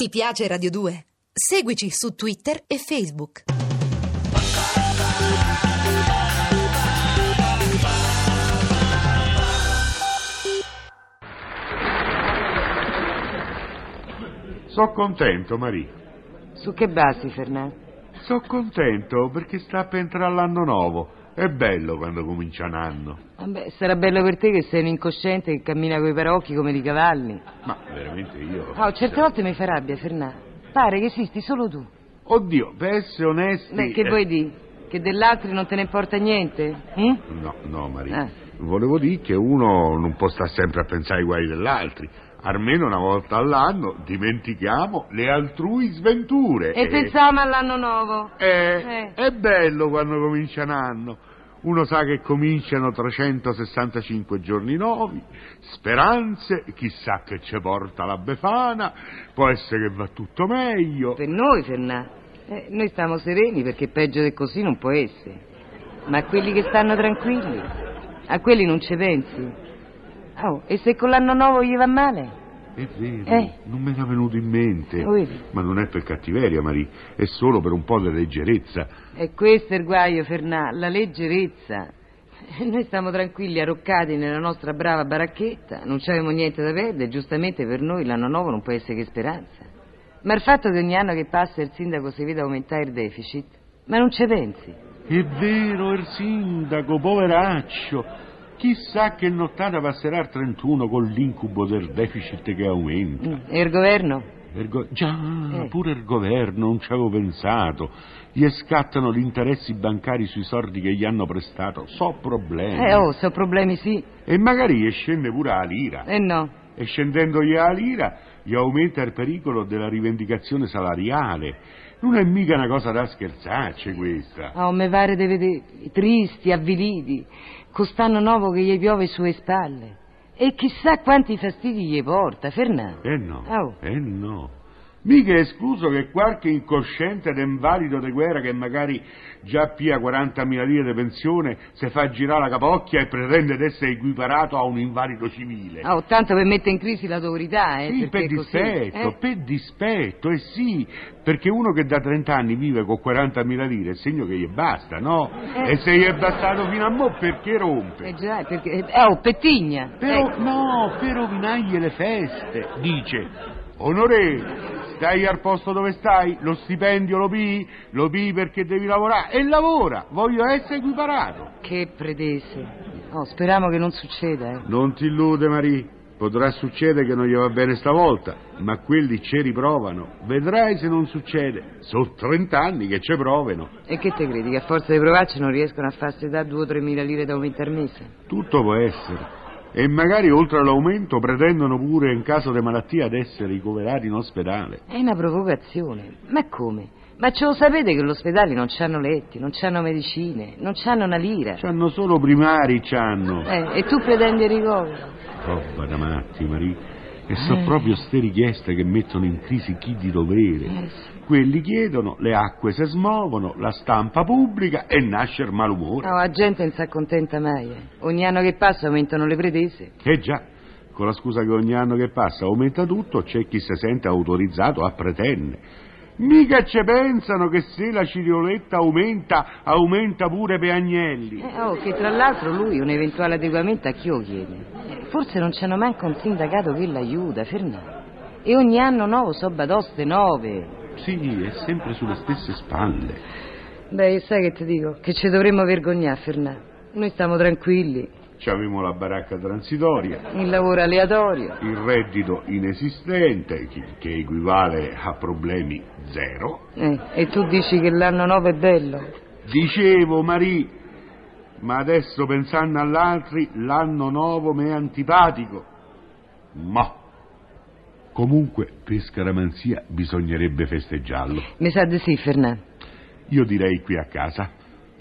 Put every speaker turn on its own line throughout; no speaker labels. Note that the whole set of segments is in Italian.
Ti piace Radio 2? Seguici su Twitter e Facebook.
So contento, Marie.
Su che basi, Fernando?
So contento perché sta per entrare l'anno nuovo. È bello quando comincia un anno.
Vabbè, Ah, sarà bello per te che sei un incosciente che cammina coi parocchi come dei cavalli.
Ma veramente io. cioè,
Ah, certe volte mi fa rabbia, Fernando. Pare che esisti solo tu.
Oddio, per essere onesti.
Beh, che
eh,
vuoi dire? Che dell'altro non te ne importa niente? Mm?
No, no, Maria.
Ah.
Volevo dire che uno non può stare sempre a pensare ai guai dell'altro. Almeno una volta all'anno dimentichiamo le altrui sventure.
E pensiamo all'anno nuovo.
Eh,
Eh.
È bello quando comincia un anno. Uno sa che cominciano 365 giorni nuovi, speranze, chissà che ci porta la Befana, può essere che va tutto meglio.
Per noi, Fernando. Eh, noi stiamo sereni perché peggio di così non può essere. Ma a quelli che stanno tranquilli, a quelli non ci pensi. Oh, e se con l'anno nuovo gli va male?
È vero,
Eh.
non me l'ha venuto in mente.
Lo vedi?
Ma non è per cattiveria, Marie, è solo per un po' di leggerezza.
E questo è il guaio, Fernà, la leggerezza. Eh, Noi stiamo tranquilli, arroccati nella nostra brava baracchetta, non c'avevamo niente da perdere, giustamente per noi l'anno nuovo non può essere che speranza. Ma il fatto che ogni anno che passa il sindaco si veda aumentare il deficit, ma non ci pensi?
È vero, il sindaco, poveraccio. Chissà che nottata passerà il 31 con l'incubo del deficit che aumenta.
Mm, E il governo?
Il go- Già,
Eh.
pure il governo, non ci avevo pensato. Gli scattano gli interessi bancari sui soldi che gli hanno prestato. So problemi.
Eh oh, so problemi sì,
E magari scende pure la lira.
eh no.
E scendendogli la lira gli aumenta il pericolo della rivendicazione salariale. Non è mica una cosa da scherzarci questa.
Oh, me pare di vederli, tristi, avviliti, cost'anno nuovo che gli piove sulle spalle. E chissà quanti fastidi gli porta, Fernà.
Eh no,
Oh.
eh no. Mica è escluso che qualche incosciente ed invalido di guerra che magari già pia 40.000 lire di pensione se fa girare la capocchia e pretende di essere equiparato a un invalido civile.
Ah, oh, tanto per mettere in crisi l'autorità, eh?
Sì, per
perché è così,
dispetto,
eh?
per dispetto, eh sì, perché uno che da 30 anni vive con 40.000 lire è segno che gli basta, no?
Eh.
E se gli è bastato fino a mo' perché rompe?
Eh già, perché... eh, oh, pettigna!
Però,
Ecco.
no, per rovinargli le feste, dice. Onore, stai al posto dove stai, lo stipendio lo pii, lo pii perché devi lavorare e lavora, voglio essere equiparato.
Che predese. Oh, speriamo che non succeda, eh.
Non ti illude, Marie, potrà succedere che non gli va bene stavolta, ma quelli ci riprovano, vedrai se non succede. Sono 30 anni che ci provano.
E che te credi, che a forza di provarci non riescono a farsi da 2 o 3 mila lire da aumento al mese?
Tutto può essere. E magari oltre all'aumento pretendono pure in caso di malattia ad essere ricoverati in ospedale.
È una provocazione. Ma come? Ma ce lo sapete che all'ospedale non c'hanno letti, non c'hanno medicine, non c'hanno una lira?
C'hanno solo primari, c'hanno.
Eh, e tu pretendi il ricovero?
Roba da matti, Marie. E so
Eh.
proprio ste richieste che mettono in crisi chi di
Eh,
dovere. Quelli chiedono, le acque si smuovono, la stampa pubblica e nasce il malumore.
No, la gente non si accontenta mai, eh. Ogni anno che passa aumentano le pretese.
E Eh, già, con la scusa che ogni anno che passa aumenta tutto, c'è chi si sente autorizzato a pretendere. Mica ci pensano che se la cirioletta aumenta, aumenta pure per Agnelli.
Eh, oh, che tra l'altro lui un eventuale adeguamento a chi lo chiede? Eh, Forse non c'hanno manco un sindacato che l'aiuta, Fernando. E ogni anno nuovo so badoste nove.
Sì, è sempre sulle stesse spalle.
Beh, sai che ti dico? Che ci dovremmo vergognare, Fernando. Noi stiamo tranquilli,
C'avevamo la baracca transitoria,
il lavoro aleatorio.
il reddito inesistente, che- che equivale a problemi zero.
Eh, e tu dici che l'anno nuovo è bello?
Dicevo, Marie, ma adesso pensando all'altri, l'anno nuovo mi è antipatico. Ma. Comunque, per scaramanzia bisognerebbe festeggiarlo.
Mi sa di sì, Fernando.
Io direi qui a casa.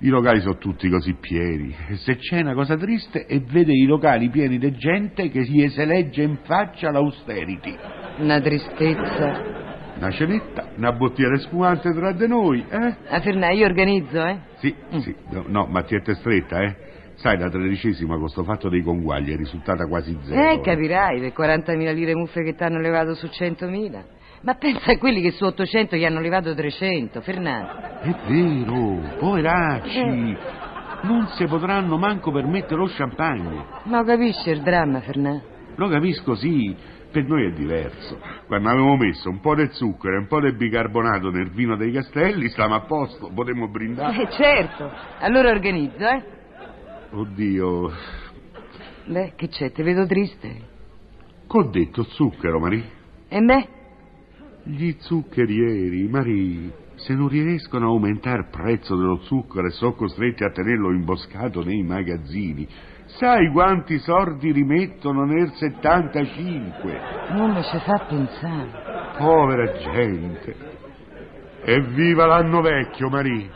I locali sono tutti così pieni. E Se c'è una cosa triste è vedere i locali pieni di gente che gli si legge in faccia l'austerity.
Una tristezza.
Una cenetta, una bottiglia di spumante tra di noi, eh?
Ah, Fernando, io organizzo, eh?
Sì, sì, no, no ma tietta stretta, eh? Sai, la tredicesima con sto fatto dei conguagli è risultata quasi zero. eh.
Eh, capirai, per 40.000 lire muffe che t'hanno levato su 100.000. Ma pensa a quelli che su 800 gli hanno levato 300, Fernando.
È vero, poveracci,
Eh.
non si potranno manco permettere lo champagne.
Ma capisci il dramma, Fernando?
Lo capisco, sì, per noi è diverso. Quando avevo messo un po' di zucchero e un po' di bicarbonato nel vino dei castelli, stavamo a posto, potremmo brindare.
Eh, certo. Allora organizzo, eh.
Oddio,
Beh, che c'è? Ti vedo triste.
che ho detto zucchero, Marie?
E beh?
Gli zuccherieri, Marie, se non riescono a aumentare il prezzo dello zucchero e sono costretti a tenerlo imboscato nei magazzini, sai quanti sordi rimettono nel 75?
Non mi ci fa pensare.
Povera gente. Evviva l'anno vecchio, Marie.